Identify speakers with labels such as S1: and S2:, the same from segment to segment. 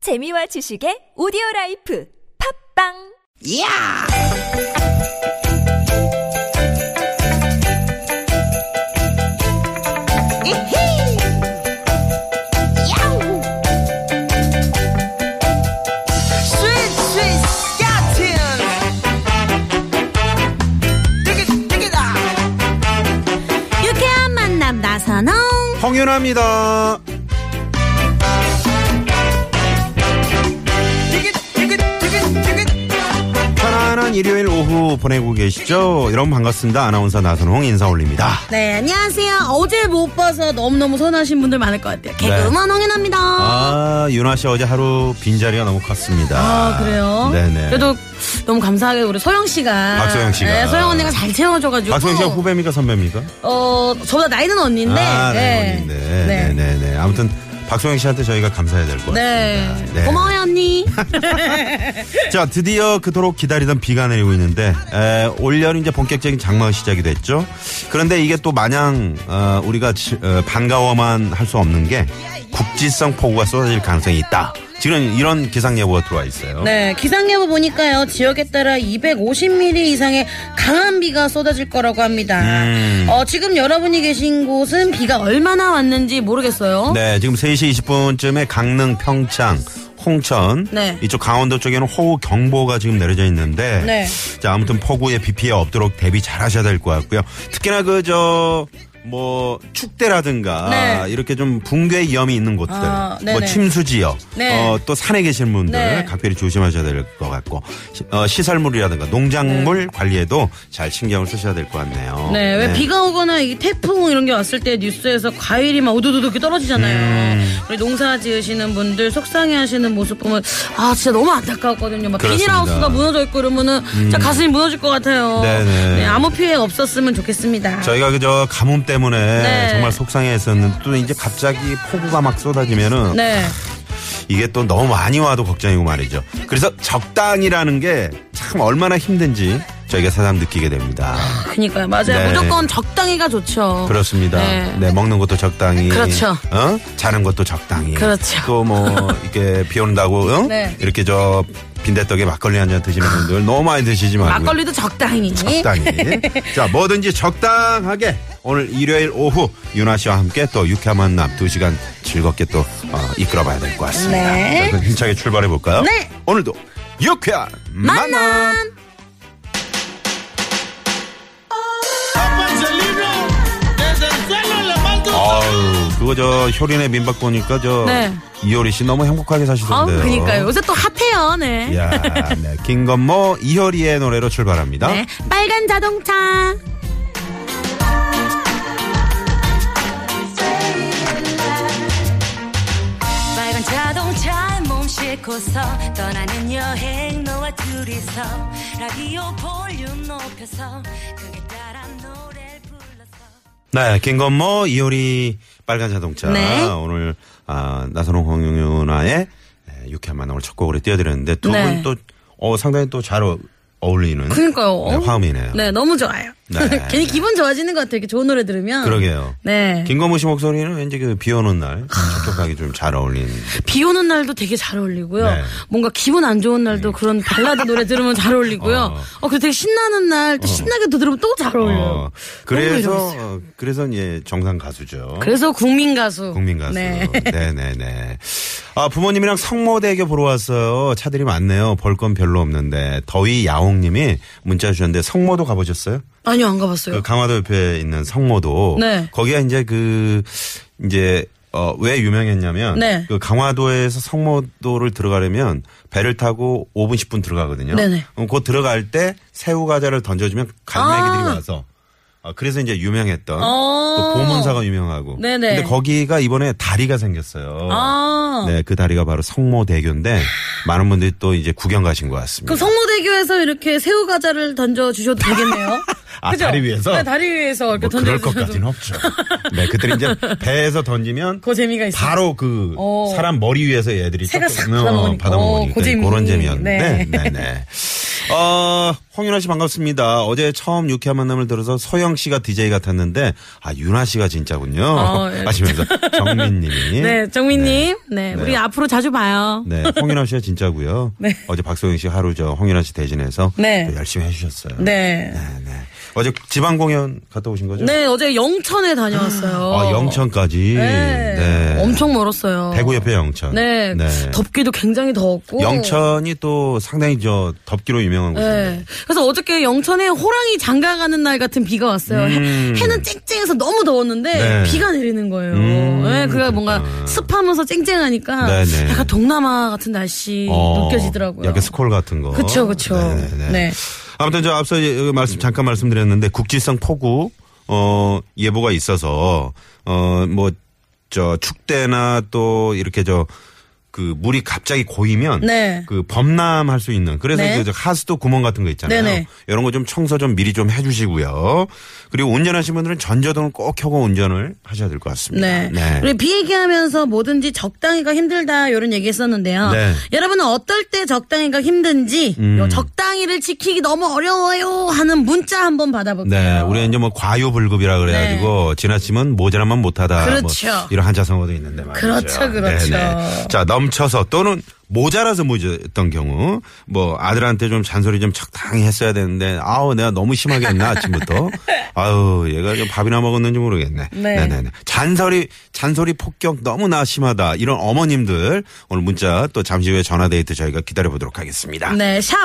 S1: 재미와 지식의 오디오 라이프 팝빵
S2: 야! 이히! 야우! 스윗, 스윗, 야틴! 띠깃, 띠깃아!
S3: 유쾌한 만남 나선홍
S4: 홍윤아입니다.
S2: 띠깃, 띠깃, 띠깃, 띠깃!
S4: 편안한 일요일 오후 보내고 계시죠? 여러분 반갑습니다. 아나운서 나선홍 인사 올립니다.
S3: 네 안녕하세요 어제 못 봐서 너무너무 서운하신 분들 많을 것 같아요 개그우먼 홍윤아입니다 아,
S4: 네. 아, 윤아 씨 어제 하루 빈자리가 너무 컸습니다.
S3: 아, 그래요
S4: 네네.
S3: 그래도 너무 감사하게 우리 소영 씨가
S4: 박소영 씨가.
S3: 네, 소영 언니가 잘 채워줘가지고
S4: 박소영 씨가 후배입니까 선배입니까?
S3: 어 저보다 나이는 언니인데
S4: 아,
S3: 네.
S4: 네. 네.
S3: 네.
S4: 네. 네. 네. 아무튼 박소영 씨한테 저희가 감사해야 될 것
S3: 네.
S4: 같습니다.
S3: 고마워요 언니
S4: 자, 드디어 그토록 기다리던 비가 내리고 있는데 에, 올여름 이제 본격적인 장마가 시작이 됐죠. 그런데 이게 또 마냥 어, 우리가 지- 어, 반가워만 할 수 없는 게 국지성 폭우가 쏟아질 가능성이 있다. 지금 이런 기상 예보가 들어와 있어요.
S3: 네, 기상예보 보니까요, 지역에 따라 250mm 이상의 강한 비가 쏟아질 거라고 합니다.
S4: 음.
S3: 어, 지금 여러분이 계신 곳은 비가 얼마나 왔는지 모르겠어요.
S4: 네, 지금 3시 20분쯤에 강릉, 평창, 홍천,
S3: 네.
S4: 이쪽 강원도 쪽에는 호우 경보가 지금 내려져 있는데,
S3: 네.
S4: 자 아무튼 폭우에 비 피해 없도록 대비 잘하셔야 될 것 같고요. 특히나 그저 뭐 축대라든가
S3: 네.
S4: 이렇게 좀 붕괴 위험이 있는 곳들,
S3: 아, 네네.
S4: 뭐 침수 지역,
S3: 네.
S4: 어, 또 산에 계신 분들
S3: 네.
S4: 각별히 조심하셔야 될 것 같고 시, 설물이라든가 농작물 관리에도 잘 신경을 쓰셔야 될 것 같네요.
S3: 네, 왜
S4: 네.
S3: 비가 오거나 이 태풍 이런 게 왔을 때 뉴스에서 과일이 막 우두두두 이렇게 떨어지잖아요.
S4: 음.
S3: 우리 농사 지으시는 분들 속상해 하시는 모습 보면 아, 진짜 너무 안타까웠거든요. 막
S4: 그렇습니다. 음.
S3: 비닐하우스가 무너져 있고 이러면은 진짜 가슴이 무너질 것 같아요.
S4: 네네.
S3: 네, 아무 피해 없었으면 좋겠습니다.
S4: 저희가 그저 가뭄 때문에
S3: 네.
S4: 정말 속상해했었는데 또 이제 갑자기 폭우가 막 쏟아지면은
S3: 네.
S4: 이게 또 너무 많이 와도 걱정이고 말이죠. 그래서 적당이라는 게 참 얼마나 힘든지 저희가 새삼 느끼게 됩니다.
S3: 그니까요. 맞아요.
S4: 네.
S3: 무조건 적당히가 좋죠.
S4: 그렇습니다.
S3: 네.
S4: 네. 먹는 것도 적당히.
S3: 그렇죠.
S4: 어? 자는 것도 적당히.
S3: 그렇죠.
S4: 또 뭐 이렇게 비 온다고 응?
S3: 네. 아.
S4: 이렇게 저 빈대떡에 막걸리 한 잔 드시는 분들 너무 많이 드시지 말고
S3: 막걸리도 적당히.
S4: 적당히. 자, 뭐든지 적당하게 오늘 일요일 오후 윤아 씨와 함께 또 유쾌한 만남 두 시간 즐겁게 또 어, 이끌어봐야 될 것 같습니다.
S3: 네.
S4: 자, 그럼 힘차게 출발해 볼까요?
S3: 네.
S4: 오늘도 유쾌한 만남.
S3: 만남.
S4: 아유, 그거 저 효린의 민박 보니까 저
S3: 네.
S4: 이효리 씨 너무 행복하게
S3: 아,
S4: 사시던데요.
S3: 그니까요. 요새 또 핫해요, 네.
S4: 야, 네. 김건모 이효리의 노래로 출발합니다.
S3: 네. 빨간 자동차.
S5: 빨간 자동차에 몸 싣고서 떠나는 여행 너와 둘이서 라디오 볼륨 높여서 그게 따라 노래를 불러서
S4: 네, 김건모, 이효리, 빨간 자동차.
S3: 네.
S4: 오늘, 아, 나선홍 홍윤아의 네, 유쾌한 만남을 첫 곡으로 띄워드렸는데 두 분
S3: 네.
S4: 또, 어, 상당히 또 잘 어울리는.
S3: 그니까요.
S4: 네, 화음이네요.
S3: 네, 너무 좋아요.
S4: 네.
S3: 괜히 기분 좋아지는 것 같아요. 이렇게 좋은 노래 들으면.
S4: 그러게요.
S3: 네. 아.
S4: 김건모 씨 목소리는 왠지 그 비 오는 날, 촉촉하게 좀 잘 어울리는.
S3: 비 오는 날도 되게 잘 어울리고요.
S4: 네.
S3: 뭔가 기분 안 좋은 날도 그런 발라드 노래 들으면 잘 어울리고요. 어,
S4: 어.
S3: 그리고 되게 신나는 날 또 신나게 또 들으면 또 잘 어울려요.
S4: 어,
S3: 너무
S4: 그래서,
S3: 매력있어요.
S4: 어, 그래서 이제 정상 가수죠.
S3: 그래서 국민 가수.
S4: 국민 가수.
S3: 네.
S4: 네. 네네네. 아, 부모님이랑 성모대교 보러 왔어요. 차들이 많네요. 볼 건 별로 없는데. 더위 야옹님이 문자 주셨는데 성모도 가보셨어요?
S3: 아니요, 안 가봤어요.
S4: 그 강화도 옆에 있는 성모도.
S3: 네.
S4: 거기가 이제 그, 이제, 어, 왜 유명했냐면.
S3: 네.
S4: 그 강화도에서 성모도를 들어가려면 배를 타고 5분, 10분 들어가거든요.
S3: 네네.
S4: 그럼 그 들어갈 때 새우과자를 던져주면 갈매기들이
S3: 아.
S4: 와서. 어, 그래서 이제 유명했던.
S3: 어.
S4: 또 보문사가 유명하고.
S3: 네네.
S4: 근데 거기가 이번에 다리가 생겼어요.
S3: 아.
S4: 네, 그 다리가 바로 성모대교인데 많은 분들이 또 이제 구경 가신 것 같습니다.
S3: 그럼 성모대교에서 이렇게 새우 과자를 던져 주셔도 되겠네요.
S4: 아,
S3: 그죠?
S4: 다리 위에서?
S3: 네, 다리 위에서 이렇게
S4: 뭐
S3: 던져
S4: 그럴
S3: 주셔도
S4: 것까지는 없죠. 네, 그들이 이제 배에서 던지면
S3: 그 재미가 있어요.
S4: 바로 그
S3: 어.
S4: 사람 머리 위에서 애들이
S3: 새가
S4: 조금,
S3: 싹
S4: 어,
S3: 받아먹으니까. 어,
S4: 받아먹으니까
S3: 그 재미.
S4: 그런 재미였는데
S3: 네.
S4: 네. 네. 어, 홍윤아 씨 반갑습니다. 어제 처음 유쾌한 만남을 들어서 서영 씨가 DJ 같았는데, 아, 윤아 씨가 진짜군요.
S3: 어, 예.
S4: 하시면서 정민 님이.
S3: 네, 정민님. 네, 우리
S4: 네.
S3: 앞으로 자주 봐요.
S4: 네, 홍윤아 씨가 진짜고요.
S3: 네.
S4: 어제 박소영 씨 하루 저 홍윤아 씨 대신해서
S3: 네.
S4: 또 열심히 해주셨어요.
S3: 네.
S4: 네. 어제 지방 공연 갔다 오신 거죠?
S3: 네, 어제 영천에 다녀왔어요.
S4: 아, 영천까지.
S3: 네.
S4: 네.
S3: 엄청 멀었어요.
S4: 대구 옆에 영천.
S3: 네. 덥기도 굉장히 더웠고.
S4: 영천이 또 상당히 저 덥기로 유명한 곳인데.
S3: 네. 그래서 어저께 영천에 호랑이 장가 가는 날 같은 비가 왔어요.
S4: 음.
S3: 해, 는 쨍쨍해서 너무 더웠는데
S4: 네.
S3: 비가 내리는 거예요.
S4: 음,
S3: 네, 그래가 뭔가
S4: 그렇구나.
S3: 습하면서 쨍쨍하니까
S4: 네네.
S3: 약간 동남아 같은 날씨
S4: 어,
S3: 느껴지더라고요.
S4: 약간 스콜 같은 거.
S3: 그쵸, 그쵸.
S4: 네네네.
S3: 네.
S4: 아무튼 저 앞서 예, 말씀 잠깐 말씀드렸는데 국지성 폭우 어 예보가 있어서 어 뭐 저 축대나 또 이렇게 저 그 물이 갑자기 고이면
S3: 네.
S4: 그 범람할 수 있는 그래서
S3: 네.
S4: 그저 하수도 구멍 같은 거 있잖아요.
S3: 네네.
S4: 이런 거 좀 청소 좀 미리 좀 해주시고요. 그리고 운전하시는 분들은 전조등을 꼭 켜고 운전을 하셔야 될 것 같습니다.
S3: 네. 우리 비 얘기하면서 뭐든지 적당히가 힘들다 이런 얘기 했었는데요.
S4: 네. 음.
S3: 여러분은 어떨 때 적당히가 힘든지 요 적당히를 지키기 너무 어려워요 하는 문자 한번 받아볼게요. 네.
S4: 네, 우리 이제 뭐 과유불급이라 그래가지고 지나치면 모자라면 못하다.
S3: 그렇죠.
S4: 뭐 이런 한자성어도 있는데 말이죠. 네,
S3: 그렇죠, 그렇죠.
S4: 자, 넘쳐서 또는 모자라서 모자랐던 경우, 뭐 아들한테 좀 잔소리 좀 적당히 했어야 되는데, 아우 내가 너무 심하게 했나 아침부터. 아우 얘가 좀 밥이나 먹었는지 모르겠네.
S3: 네.
S4: 네네네. 잔소리 잔소리 폭격 너무나 심하다. 이런 어머님들 오늘 문자 또 잠시 후에 전화 데이트 저희가 기다려 보도록 하겠습니다.
S3: 네, 샵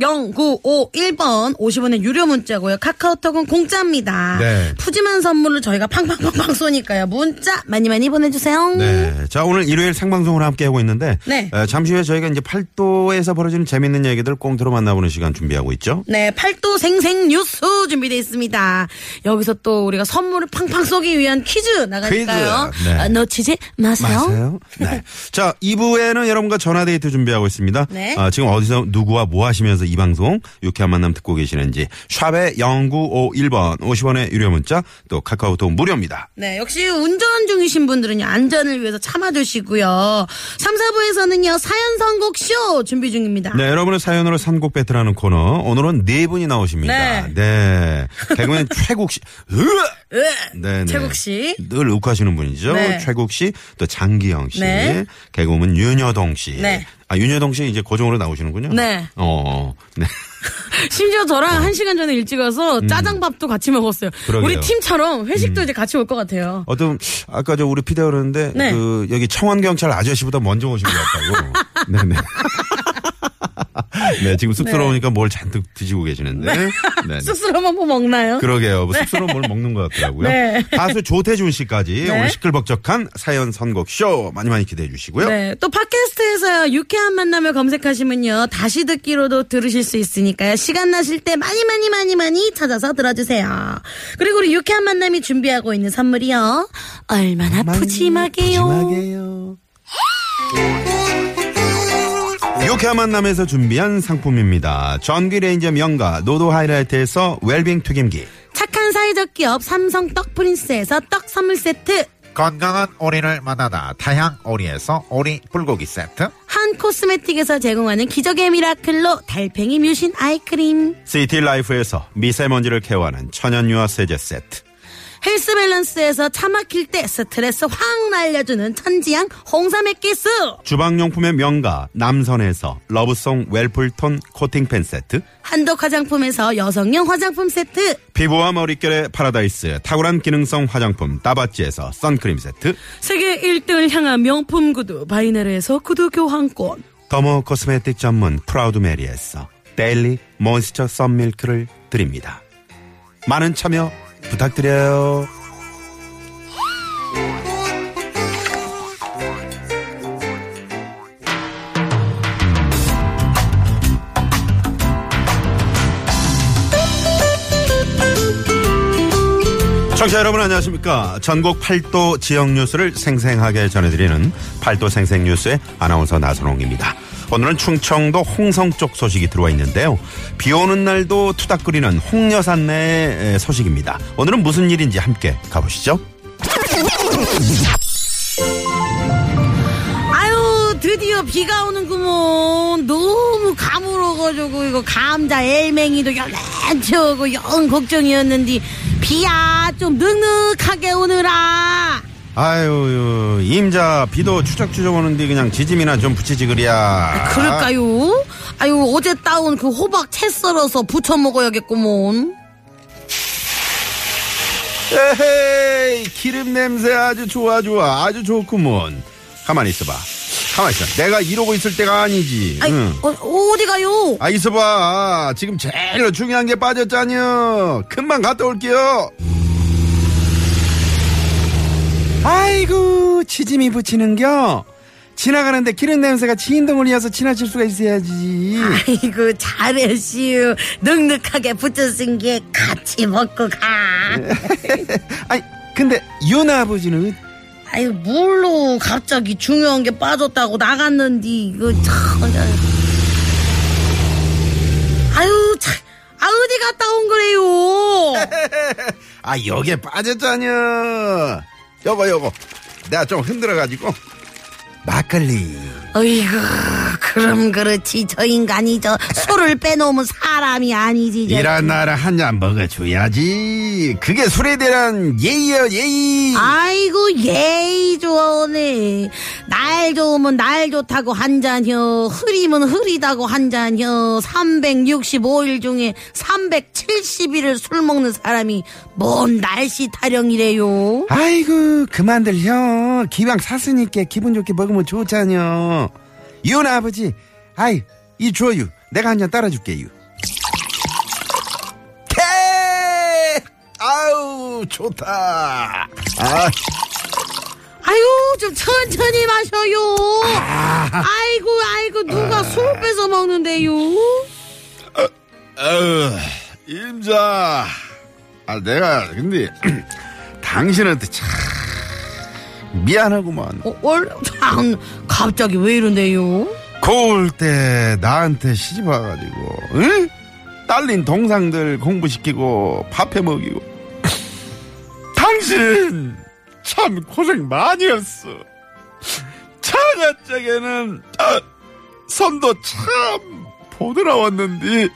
S3: 0951번 50원의 유료 문자고요. 카카오톡은 공짜입니다.
S4: 네.
S3: 푸짐한 선물을 저희가 팡팡팡팡 쏘니까요. 문자 많이 많이 보내주세요.
S4: 네. 자, 오늘 일요일 생방송으로 함께 하고 있는데
S3: 네.
S4: 에, 잠시 후에 저희가 이제 팔도에서 벌어지는 재밌는 얘기들 꽁트로 만나보는 시간 준비하고 있죠.
S3: 네, 팔도 생생 뉴스 준비되어 있습니다. 여기서 또 우리가 선물을 팡팡 쏘기 위한 퀴즈 나가니까요.
S4: 퀴즈, 네.
S3: 아, 놓치지 마세요.
S4: 네. 자, 2부에는 여러분과 전화 데이트 준비하고 있습니다.
S3: 네.
S4: 아, 지금 어디서 누구와 뭐 하시면서 이 방송 유쾌한 만남 듣고 계시는지 샵에 0951번 50원의 유료 문자 또 카카오톡 무료입니다.
S3: 네, 역시 운전 중이신 분들은요, 안전을 위해서 참아주시고요. 3, 4부에서는요, 사연 선곡 쇼 준비 중입니다.
S4: 네, 여러분의 사연으로 삼곡 배틀하는 코너. 오늘은 네 분이 나오십니다.
S3: 네.
S4: 네. 개그맨 최국 씨. 으악!
S3: 으,
S4: 네,
S3: 최국 씨.
S4: 늘 욱하시는 분이죠.
S3: 네.
S4: 최국 씨, 또 장기영 씨,
S3: 네.
S4: 개그우먼 윤여동 씨.
S3: 네.
S4: 아, 윤여동 씨 이제 고정으로 나오시는군요.
S3: 네.
S4: 어, 어. 네.
S3: 심지어 저랑 한 시간 전에 일찍 와서 짜장밥도 같이 먹었어요. 음.
S4: 그러게요.
S3: 우리 팀처럼 회식도 이제 같이 올 것 같아요.
S4: 어떤, 아까 저 우리 피디가 그러는데,
S3: 네.
S4: 그, 여기 청원경찰 아저씨보다 먼저 오신 것 같다고. 네네. 네, 지금 쑥스러우니까 뭘 잔뜩 드시고 계시는데. 네.
S3: 쑥스러움 한번 뭐 먹나요?
S4: 그러게요. 뭐 쑥스러운 뭘 먹는 것 같더라고요.
S3: 네.
S4: 가수 조태준 씨까지
S3: 네.
S4: 오늘 시끌벅적한 사연 선곡 쇼 많이 많이 기대해 주시고요.
S3: 네, 또 팟캐스트에서 유쾌한 만남을 검색하시면요 다시 듣기로도 들으실 수 있으니까요 시간 나실 때 많이 많이 많이 많이 찾아서 들어주세요. 그리고 우리 유쾌한 만남이 준비하고 있는 선물이요 얼마나 푸짐하게요.
S4: 유쾌한 만남에서 준비한 상품입니다. 전기레인저 명가 노도 하이라이트에서 웰빙 튀김기
S3: 착한 사회적 기업 삼성 떡 프린스에서 떡 선물 세트,
S6: 건강한 오리를 만나다 다향 오리에서 오리 불고기 세트
S3: 한 코스메틱에서 제공하는 기적의 미라클로 달팽이 뮤신 아이크림,
S4: 시티라이프에서 미세먼지를 케어하는 천연유화 세제 세트
S3: 헬스 밸런스에서 차 막힐 때 스트레스 확 날려주는 천지향 홍삼 액기스.
S4: 주방용품의 명가 남선에서 러브송 웰풀톤 코팅팬 세트
S3: 한독 화장품에서 여성용 화장품 세트,
S4: 피부와 머릿결의 파라다이스 탁월한 기능성 화장품 따바찌에서 선크림 세트
S3: 세계 1등을 향한 명품 구두 바이네르에서 구두 교환권,
S4: 더모 코스메틱 전문 프라우드 메리에서 데일리 몬스터 썬밀크를 드립니다. 많은 참여 부탁드려요. 청취자 여러분 안녕하십니까. 전국 팔도 지역 뉴스를 생생하게 전해드리는 팔도 생생 뉴스의 아나운서 나선홍입니다. 오늘은 충청도 홍성 쪽 소식이 들어와 있는데요. 비 오는 날도 투닥거리는 홍여산 내 소식입니다. 오늘은 무슨 일인지 함께 가보시죠.
S3: 아유 드디어 비가 오는구먼. 너무 가물어가지고, 이거 감자 엘맹이도 열란치고 영 걱정이었는데, 비야, 좀 늑늑하게 오느라.
S4: 아유, 임자, 비도 추적추적 오는데 그냥 지짐이나 좀 붙이지, 그랴.
S3: 아, 그럴까요? 아유, 어제 따온 그 호박 채 썰어서 부쳐 먹어야겠구먼.
S4: 에헤이, 기름 냄새 아주 좋아, 좋아. 아주 좋구먼. 가만히 있어봐. 가만히 있어. 내가 이러고 있을 때가 아니지.
S3: 아이,
S4: 응.
S3: 어, 어디 가요?
S4: 아, 있어봐. 지금 제일 중요한 게 빠졌잖여. 금방 갔다 올게요. 아이고, 지짐이 붙이는겨. 지나가는데 기름 냄새가 진동을 이어서 지나칠 수가 있어야지.
S3: 아이고, 잘했시유. 늑늑하게 부쳐 쓴 게 같이 먹고 가.
S4: 아니, 근데 유나 아버지는
S3: 아유 뭘로 갑자기 중요한 게 빠졌다고 나갔는데 이거 참 아유 참 아, 어디 갔다 온 거래요
S4: 아, 여기에 빠졌잖여. 여보, 여보. 내가 좀 흔들어가지고. 막걸리.
S3: 어이구 그럼 그렇지 저 인간이 저 술을 빼놓으면 사람이 아니지 이제.
S4: 이런 나라 한 잔 먹어줘야지. 그게 술에 대한 예의여, 예의.
S3: 아이고 예의 좋네 날 좋으면 날 좋다고 한 잔혀 흐리면 흐리다고 한 잔혀 365일 중에 370일을 술 먹는 사람이 뭔 날씨 타령이래요
S4: 아이고 그만들 형 기왕 샀으니까 기분 좋게 먹으면 좋잖여 이혼 아버지 아이 이 줘유 내가 한 잔 따라줄게유 케 아우 좋다 아
S3: 아유 좀 천천히 마셔요 아이고 아이고 누가 술 뺏어 먹는데요
S4: 어, 임자 아 내가 근데 당신한테 참 미안하구만
S3: 어, 얼, 참, 갑자기 왜 이런데요
S4: 고울 때 나한테 시집 와가지고 응? 딸린 동상들 공부시키고 밥해 먹이고 당신 참 고생 많이 했어 장아짝에는 아, 선도 참 보느라 왔는데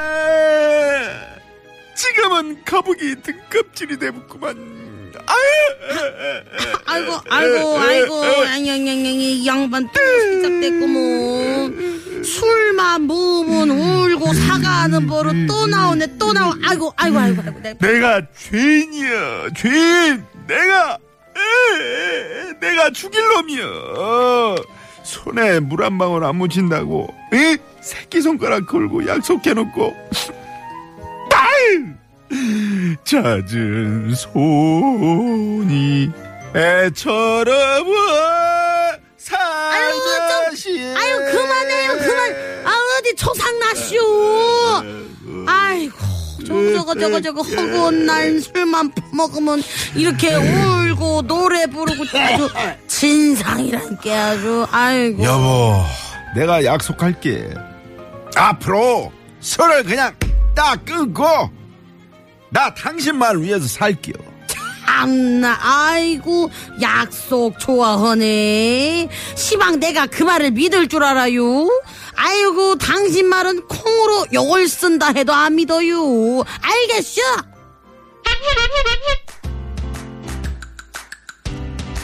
S4: 아, 지금은 거북이 등껍질이 되었구만 아유
S3: 아이고 아이고 아이고 양양양양이 양반 또 시작됐구먼 술만 모으면 울고 사과하는 버릇 또 나오네 또 나와 아이고 아이고 아이고 네. 아이고 내-
S4: 내가 죄인이야 죄인 내가 에, 에, 내가 죽일 놈이야 어, 손에 물 한 방울 안 묻힌다고 에? 새끼손가락 걸고 약속해놓고 딸 잦은 손이 애처럼 와 살며시
S3: 아유 그만해요 그만 아 어디 초상나쇼 아이고 저거 저거 저거 저거 허구한 날 술만 퍼먹으면 이렇게 울고 노래 부르고 아주 진상이란 게 아주 아이고
S4: 여보, 내가 약속할게. 앞으로 술을 그냥 딱 끊고 나 당신만 위해서 살게요.
S3: 참나 아이고 약속 좋아하네 시방 내가 그 말을 믿을 줄 알아요 아이고 당신 말은 콩으로 욕을 쓴다 해도 안 믿어요 알겠슈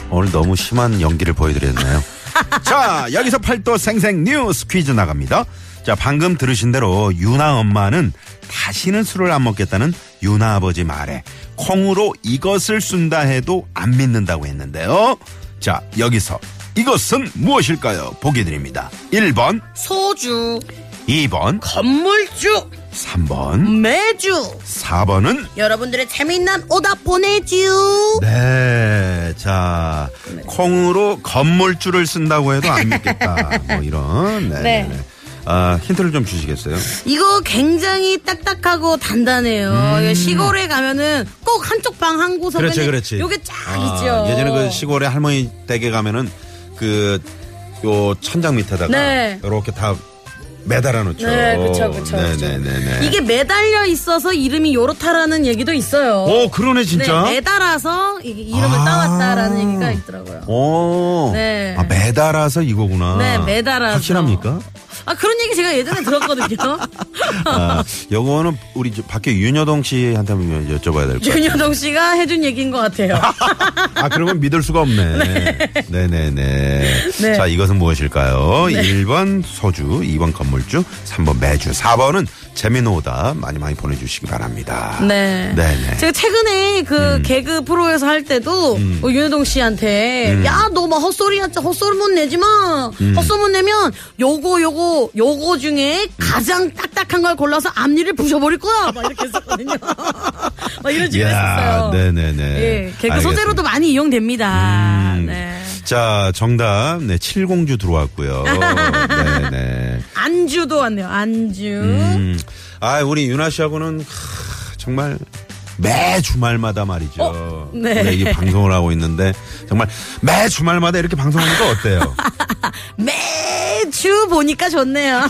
S4: 오늘 너무 심한 연기를 보여드렸나요? 자, 여기서 팔도 생생 뉴스 퀴즈 나갑니다. 자, 방금 들으신 대로 유나 엄마는 다시는 술을 안 먹겠다는 유나 아버지 말에 콩으로 이것을 쓴다 해도 안 믿는다고 했는데요. 자, 여기서 이것은 무엇일까요? 보기 드립니다. 1번,
S3: 소주
S4: 2번,
S3: 건물주
S4: 3번,
S3: 매주
S4: 4번은
S3: 여러분들의 재미난 오답 보내지요
S4: 네, 자
S3: 네.
S4: 콩으로 건물줄을 쓴다고 해도 안 믿겠다. 뭐 이런. 네.
S3: 네.
S4: 네. 아 힌트를 좀 주시겠어요? 아,
S3: 이거 굉장히 딱딱하고 단단해요 이거 시골에 가면은 꼭 한쪽 방 한 구석에
S4: 음. 그렇지, 그렇지.
S3: 요게 쫙
S4: 아,
S3: 있죠
S4: 예전에 그 시골에 할머니 댁에 가면은 그 요 천장 밑에다가
S3: 네.
S4: 이렇게 다 매달아 놓죠.
S3: 네, 그쵸, 그쵸. 그쵸.
S4: 네네네.
S3: 이게 매달려 있어서 이름이 요렇다라는 얘기도 있어요.
S4: 오, 그러네, 진짜.
S3: 네, 매달아서 이- 이름을
S4: 아.
S3: 따왔다라는 얘기가 있더라고요.
S4: 오.
S3: 네.
S4: 아, 매달아서 이거구나.
S3: 네, 매달아서.
S4: 확실합니까?
S3: 아, 그런 얘기 제가 예전에 들었거든요.
S4: 아, 요거는 우리 저 밖에 윤여동 씨한테 한번 여쭤봐야 될 것 같아요.
S3: 윤여동 씨가 해준 얘기인 것 같아요.
S4: 아, 그런 건 믿을 수가 없네. 네. 네네
S3: 네.
S4: 자, 이것은 무엇일까요? 1번 소주, 2번 건물주, 3번 매주, 4번은 재미노 오답 많이 많이 보내주시기 바랍니다.
S3: 네.
S4: 네네. 음.
S3: 제가 최근에 그 개그 프로에서 할 때도 어, 윤여동 씨한테
S4: 음.
S3: 야, 너 막 헛소리 하자. 헛소문 내지 마. 헛소문 내면 요거, 요거, 요거
S4: 음.
S3: 중에 가장 딱딱한 걸 골라서 앞니를 부셔버릴 거야. 막 이렇게 했었거든요. 막 이런 식으로 했었어요.
S4: 네네네.
S3: 예, 개그
S4: 알겠습니다. 음.
S3: 소재로도 많이 이용됩니다. 네.
S4: 자, 정답. 네, 칠공주 들어왔고요. 네네.
S3: 안주도 왔네요. 안주.
S4: 음, 아, 우리 윤아 씨하고는 하, 정말 매 주말마다 말이죠.
S3: 어? 네.
S4: 우리가 이 방송을 하고 있는데 정말 매 주말마다 이렇게 방송하니까 어때요?
S3: 매주 보니까 좋네요.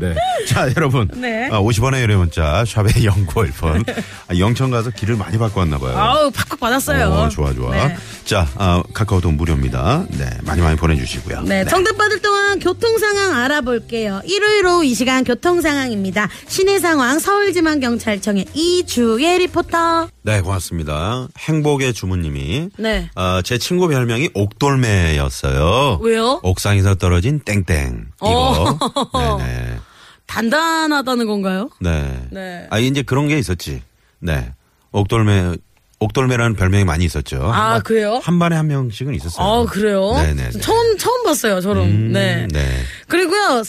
S4: 네. 자, 여러분.
S3: 네.
S4: 아, 50원의 유료 문자 샵의 0951번. 아, 영천 가서 길을 많이 바꿔왔나 봐요.
S3: 아우, 팍팍 받았어요.
S4: 어, 좋아 좋아.
S3: 네.
S4: 자, 아, 카카오톡 무료입니다. 네. 많이 많이 보내 주시고요.
S3: 네, 정답 받을 동안 교통 상황 알아볼게요. 일요일 오후 이 시간 교통 상황입니다. 시내 상황 서울지방경찰청의 이주예 리포터.
S4: 네, 고맙습니다. 행복의 주부님이
S3: 네.
S4: 아, 제 친구 별명이 옥돌매였어요.
S3: 왜요?
S4: 옥상에서 떨어진 땡땡 이거.
S3: 어.
S4: 네네.
S3: 단단하다는 건가요?
S4: 네.
S3: 네.
S4: 아 이제 그런 게 있었지. 네. 옥돌매 옥돌매라는 별명이 많이 있었죠.
S3: 아,
S4: 한 반-
S3: 그래요?
S4: 한 반에 한 명씩은 있었어요.
S3: 아, 그래요?
S4: 네네.
S3: 처음, 처음 봤어요, 저런. 네.
S4: 네.
S3: 그리고요,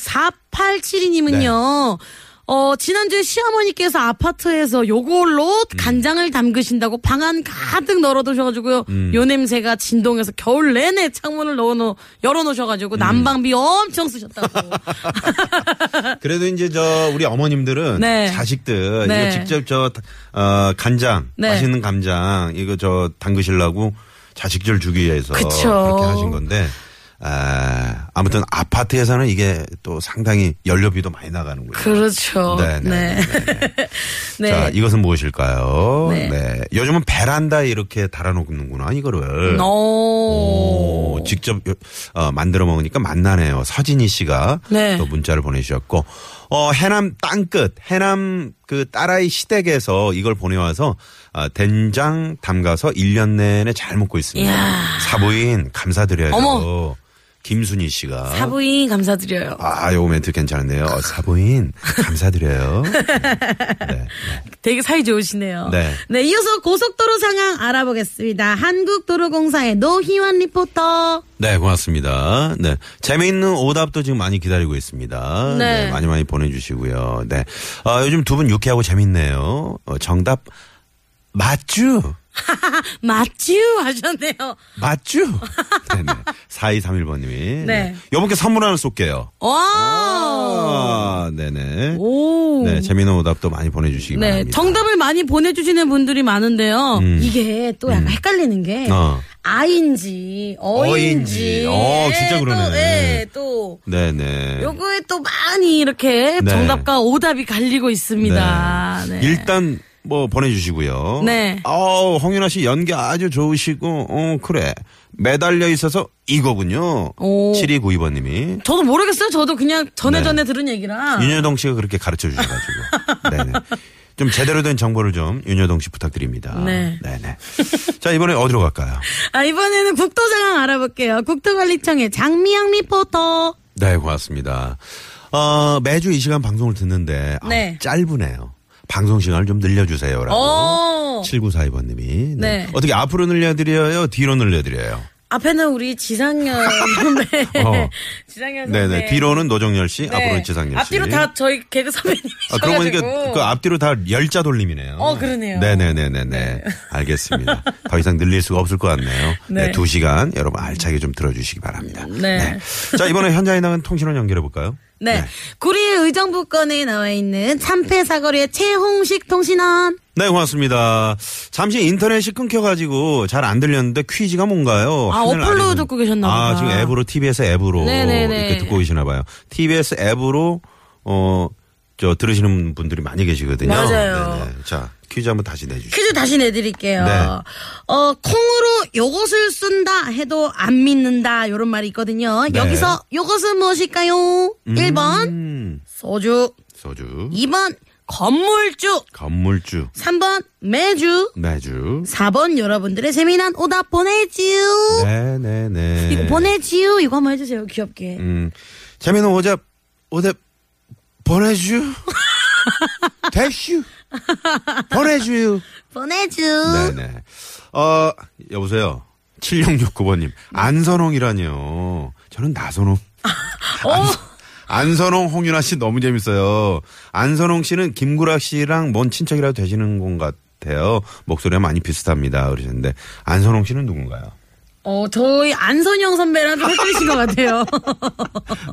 S3: 4872님은요, 어, 지난주에 시어머니께서 아파트에서 요걸로
S4: 음.
S3: 간장을 담그신다고 방안 가득 널어두셔가지고요,
S4: 음.
S3: 요 냄새가 진동해서 겨울 내내 창문을 넣어놓,
S4: 음.
S3: 열어놓으셔가지고 난방비 엄청 쓰셨다고.
S4: 그래도 이제 저 우리 어머님들은
S3: 네.
S4: 자식들
S3: 네.
S4: 이거 직접 저 어, 간장
S3: 네.
S4: 맛있는 감장 이거 저 담그시려고 자식들 주기 위해서
S3: 그쵸.
S4: 그렇게 하신 건데 아, 아무튼 아파트에서는 이게 또 상당히 연료비도 많이 나가는군요.
S3: 그렇죠.
S4: 네, 네,
S3: 네. 네.
S4: 자, 이것은 무엇일까요?
S3: 네.
S4: 네. 요즘은 베란다에 이렇게 달아놓는구나, 이거를.
S3: 네. 오.
S4: 오, 직접 어, 만들어 먹으니까 맛나네요. 서진희 씨가
S3: 네.
S4: 또 문자를 보내주셨고, 어, 해남 땅끝, 해남 그 딸아이 시댁에서 이걸 보내와서 아, 된장 담가서 1년 내내 잘 먹고 있습니다.
S3: 이야.
S4: 사부인 감사드려요.
S3: 어머.
S4: 김순희 씨가.
S3: 사부인 감사드려요.
S4: 아, 요 멘트 괜찮은데요. 어, 사부인 감사드려요. 네.
S3: 되게 사이 좋으시네요.
S4: 네.
S3: 이어서 고속도로 상황 알아보겠습니다. 한국도로공사의 노희원 리포터.
S4: 네, 고맙습니다. 네. 재미있는 오답도 지금 많이 기다리고 있습니다.
S3: 네.
S4: 네. 많이 많이 보내주시고요. 네. 아, 요즘 두 분 유쾌하고 재밌네요. 어, 정답, 맞쥬?
S3: 맞쥬 하셨네요.
S4: 맞쥬? 네네. 4231번님이.
S3: 네.
S4: 네. 여분께 선물 하나 쏠게요.
S3: 와.
S4: 아, 네네.
S3: 오.
S4: 네, 재미있는 오답도 많이 보내주시기
S3: 네,
S4: 바랍니다. 음.
S3: 정답을 많이 보내주시는 분들이 많은데요. 이게 또 약간 헷갈리는 게
S4: 어.
S3: 아인지 어인지.
S4: 어인지. 어, 진짜 그러네.
S3: 또, 예, 또
S4: 네네.
S3: 요거에 또 많이 이렇게
S4: 네.
S3: 정답과 오답이 갈리고 있습니다. 네.
S4: 일단 뭐 보내주시고요.
S3: 네.
S4: 어 홍윤아 씨 연기 아주 좋으시고, 어 그래 매달려 있어서 이거군요.
S3: 오.
S4: 7292번님이
S3: 저도 모르겠어요. 저도 그냥 전에
S4: 네.
S3: 전에 들은 얘기라.
S4: 윤여동 씨가 그렇게 가르쳐 주셔가지고, 네네. 좀 제대로 된 정보를 좀 윤여동 씨 부탁드립니다.
S3: 네.
S4: 네네. 자 이번에 어디로 갈까요?
S3: 아, 이번에는 국토 상황 알아볼게요. 국토관리청의 장미영 리포터.
S4: 네, 고맙습니다. 어, 매주 이 시간 방송을 듣는데 아우,
S3: 네.
S4: 짧으네요. 방송 시간을 좀 어?
S3: 어.
S4: 늘려주세요라고.
S3: 오.
S4: 7942번님이
S3: 네.
S4: 어떻게 앞으로 늘려드려요? 뒤로 늘려드려요?
S3: 앞에는 우리 지상렬 선배.
S4: 어.
S3: 지상렬 선배.
S4: 네네 뒤로는 노정열 씨,
S3: 네.
S4: 앞으로는 지상렬 씨.
S3: 앞뒤로 다 저희 개그 선배님이.
S4: 아, 그러고 보니까 그 앞뒤로 다 열자 돌림이네요.
S3: 어, 그러네요.
S4: 네네네네네. 알겠습니다. 더 이상 늘릴 수가 없을 것 같네요.
S3: 네.
S4: 네. 두 시간 여러분 알차게 좀 들어주시기 바랍니다.
S3: 네.
S4: 자, 이번에 현장에 나간 통신원 연결해 볼까요?
S3: 네. 구리 의정부권에 나와 있는 참패 사거리의 최홍식 통신원.
S4: 네, 고맙습니다. 잠시 인터넷이 끊겨가지고 잘 안 들렸는데 퀴즈가 뭔가요?
S3: 아,
S4: 하늘을
S3: 어플로
S4: 아래로-
S3: 듣고 계셨나
S4: 아,
S3: 보다.
S4: 지금 앱으로, TBS 앱으로
S3: 네네네.
S4: 이렇게 듣고 계시나 봐요. TBS 앱으로, 어, 저, 들으시는 분들이 많이 계시거든요.
S3: 맞아요.
S4: 네네. 자, 퀴즈 한번 다시 내주시죠.
S3: 퀴즈 다시 내드릴게요.
S4: 네.
S3: 어, 콩으로 요것을 쓴다 해도 안 믿는다. 요런 말이 있거든요.
S4: 네.
S3: 여기서 요것은 무엇일까요? 1번,
S4: 음,
S3: 소주.
S4: 소주,
S3: 2번, 건물주.
S4: 건물주,
S3: 3번, 매주.
S4: 매주.
S3: 4번, 여러분들의 재미난 오답 보내지요.
S4: 네네네.
S3: 이거 보내지요. 이거 한번 해주세요. 귀엽게.
S4: 음, 재미는 오자, 오대, 보내주. 대슈. 보내주요.
S3: 보내주.
S4: 네네. 어, 여보세요. 7669번님. 안선홍이라니요. 저는 나선홍.
S3: 어,
S4: 안- 안선홍, 홍윤아 씨 너무 재밌어요. 안선홍 씨는 김구라 씨랑 먼 친척이라도 되시는 것 같아요. 목소리가 많이 비슷합니다. 그러셨는데. 안선홍 씨는 누군가요?
S3: 어, 저희 안선영 선배랑 좀 헷갈리신 것 같아요.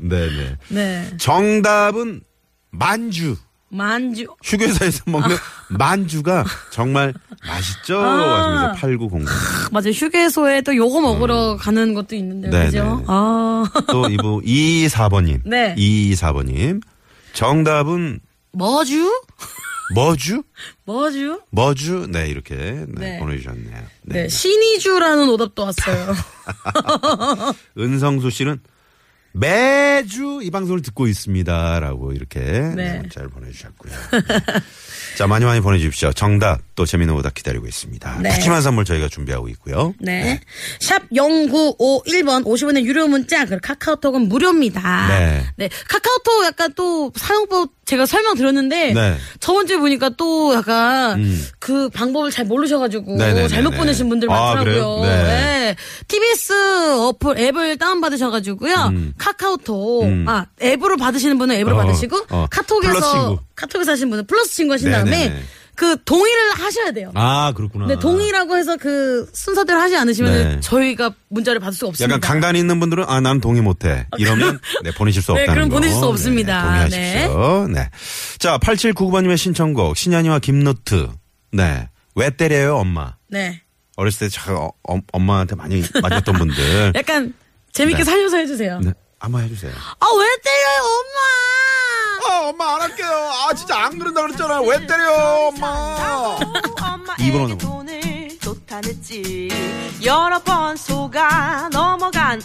S4: 네네.
S3: 네.
S4: 정답은 만주.
S3: 만주.
S4: 휴게소에서 먹는 만주가 정말 맛있죠? 하시면서 8900.
S3: 맞아요. 휴게소에 또 요거 먹으러 가는 것도 있는데요.
S4: 음. 네, 네,
S3: 그죠?
S4: 네.
S3: 아.
S4: 또 이부 224번님.
S3: 네.
S4: 224번님. 정답은
S3: 머주?
S4: 머주?
S3: 머주?
S4: 머주? 네, 이렇게 네,
S3: 네.
S4: 보내주셨네요.
S3: 네.
S4: 네.
S3: 신이주라는 오답도 왔어요.
S4: 은성수 씨는 매주 이 방송을 듣고 있습니다. 라고 이렇게 네, 문자를 보내주셨고요. 네. 자, 많이 많이 보내주십시오. 정답 또 재미있는 오답 기다리고 있습니다.
S3: 네.
S4: 푸짐한 선물 저희가 준비하고 있고요.
S3: 네. 샵 0951번 50원의 유료 문자, 그리고 카카오톡은 무료입니다.
S4: 네.
S3: 카카오톡 약간 또 사용법 제가 설명 드렸는데,
S4: 네. 음.
S3: 저번주에 보니까 또 약간 그 방법을 잘 모르셔가지고,
S4: 네, 네, 네,
S3: 잘못
S4: 네.
S3: 보내신 분들
S4: 아,
S3: 많더라고요.
S4: 그래요? 네.
S3: TBS 어플 앱을 다운받으셔가지고요. 카카오톡, 아, 앱으로 받으시는 분은 앱으로
S4: 음. 어,
S3: 받으시고,
S4: 어. 플러스 친구.
S3: 카톡에서, 카톡에서 하신 분은 플러스 친구 하신
S4: 네, 네,
S3: 다음에,
S4: 네.
S3: 그 동의를 하셔야 돼요.
S4: 아, 그렇구나.
S3: 네, 동의라고 해서 그 순서대로 하지 않으시면
S4: 네.
S3: 은 저희가 문자를 받을 수가 없습니다.
S4: 약간 강단이 있는 분들은 아, 난 동의 못해. 이러면 네, 보내실 수
S3: 네,
S4: 없다는
S3: 그럼
S4: 거.
S3: 보내실 수 없습니다.
S4: 네, 동의하십시오. 네. 자, 8799번님의 신청곡 신현이와 김노트. 네. 왜 때려요, 엄마?
S3: 네.
S4: 어렸을 때 참, 어, 어, 엄마한테 많이 맞았던 분들.
S3: 약간 재밌게
S4: 네.
S3: 살려서 해주세요.
S4: 네. 한번 해주세요.
S3: 아, 왜 때려요, 엄마!
S4: 어, 엄마 안 할게요. 아, 진짜 안 그런다 그랬잖아요. 왜 때려요, 엄마? 이번
S7: 이번에게
S4: 언어.
S7: 돈을 쏟아냈지 여러 번 속아 넘어간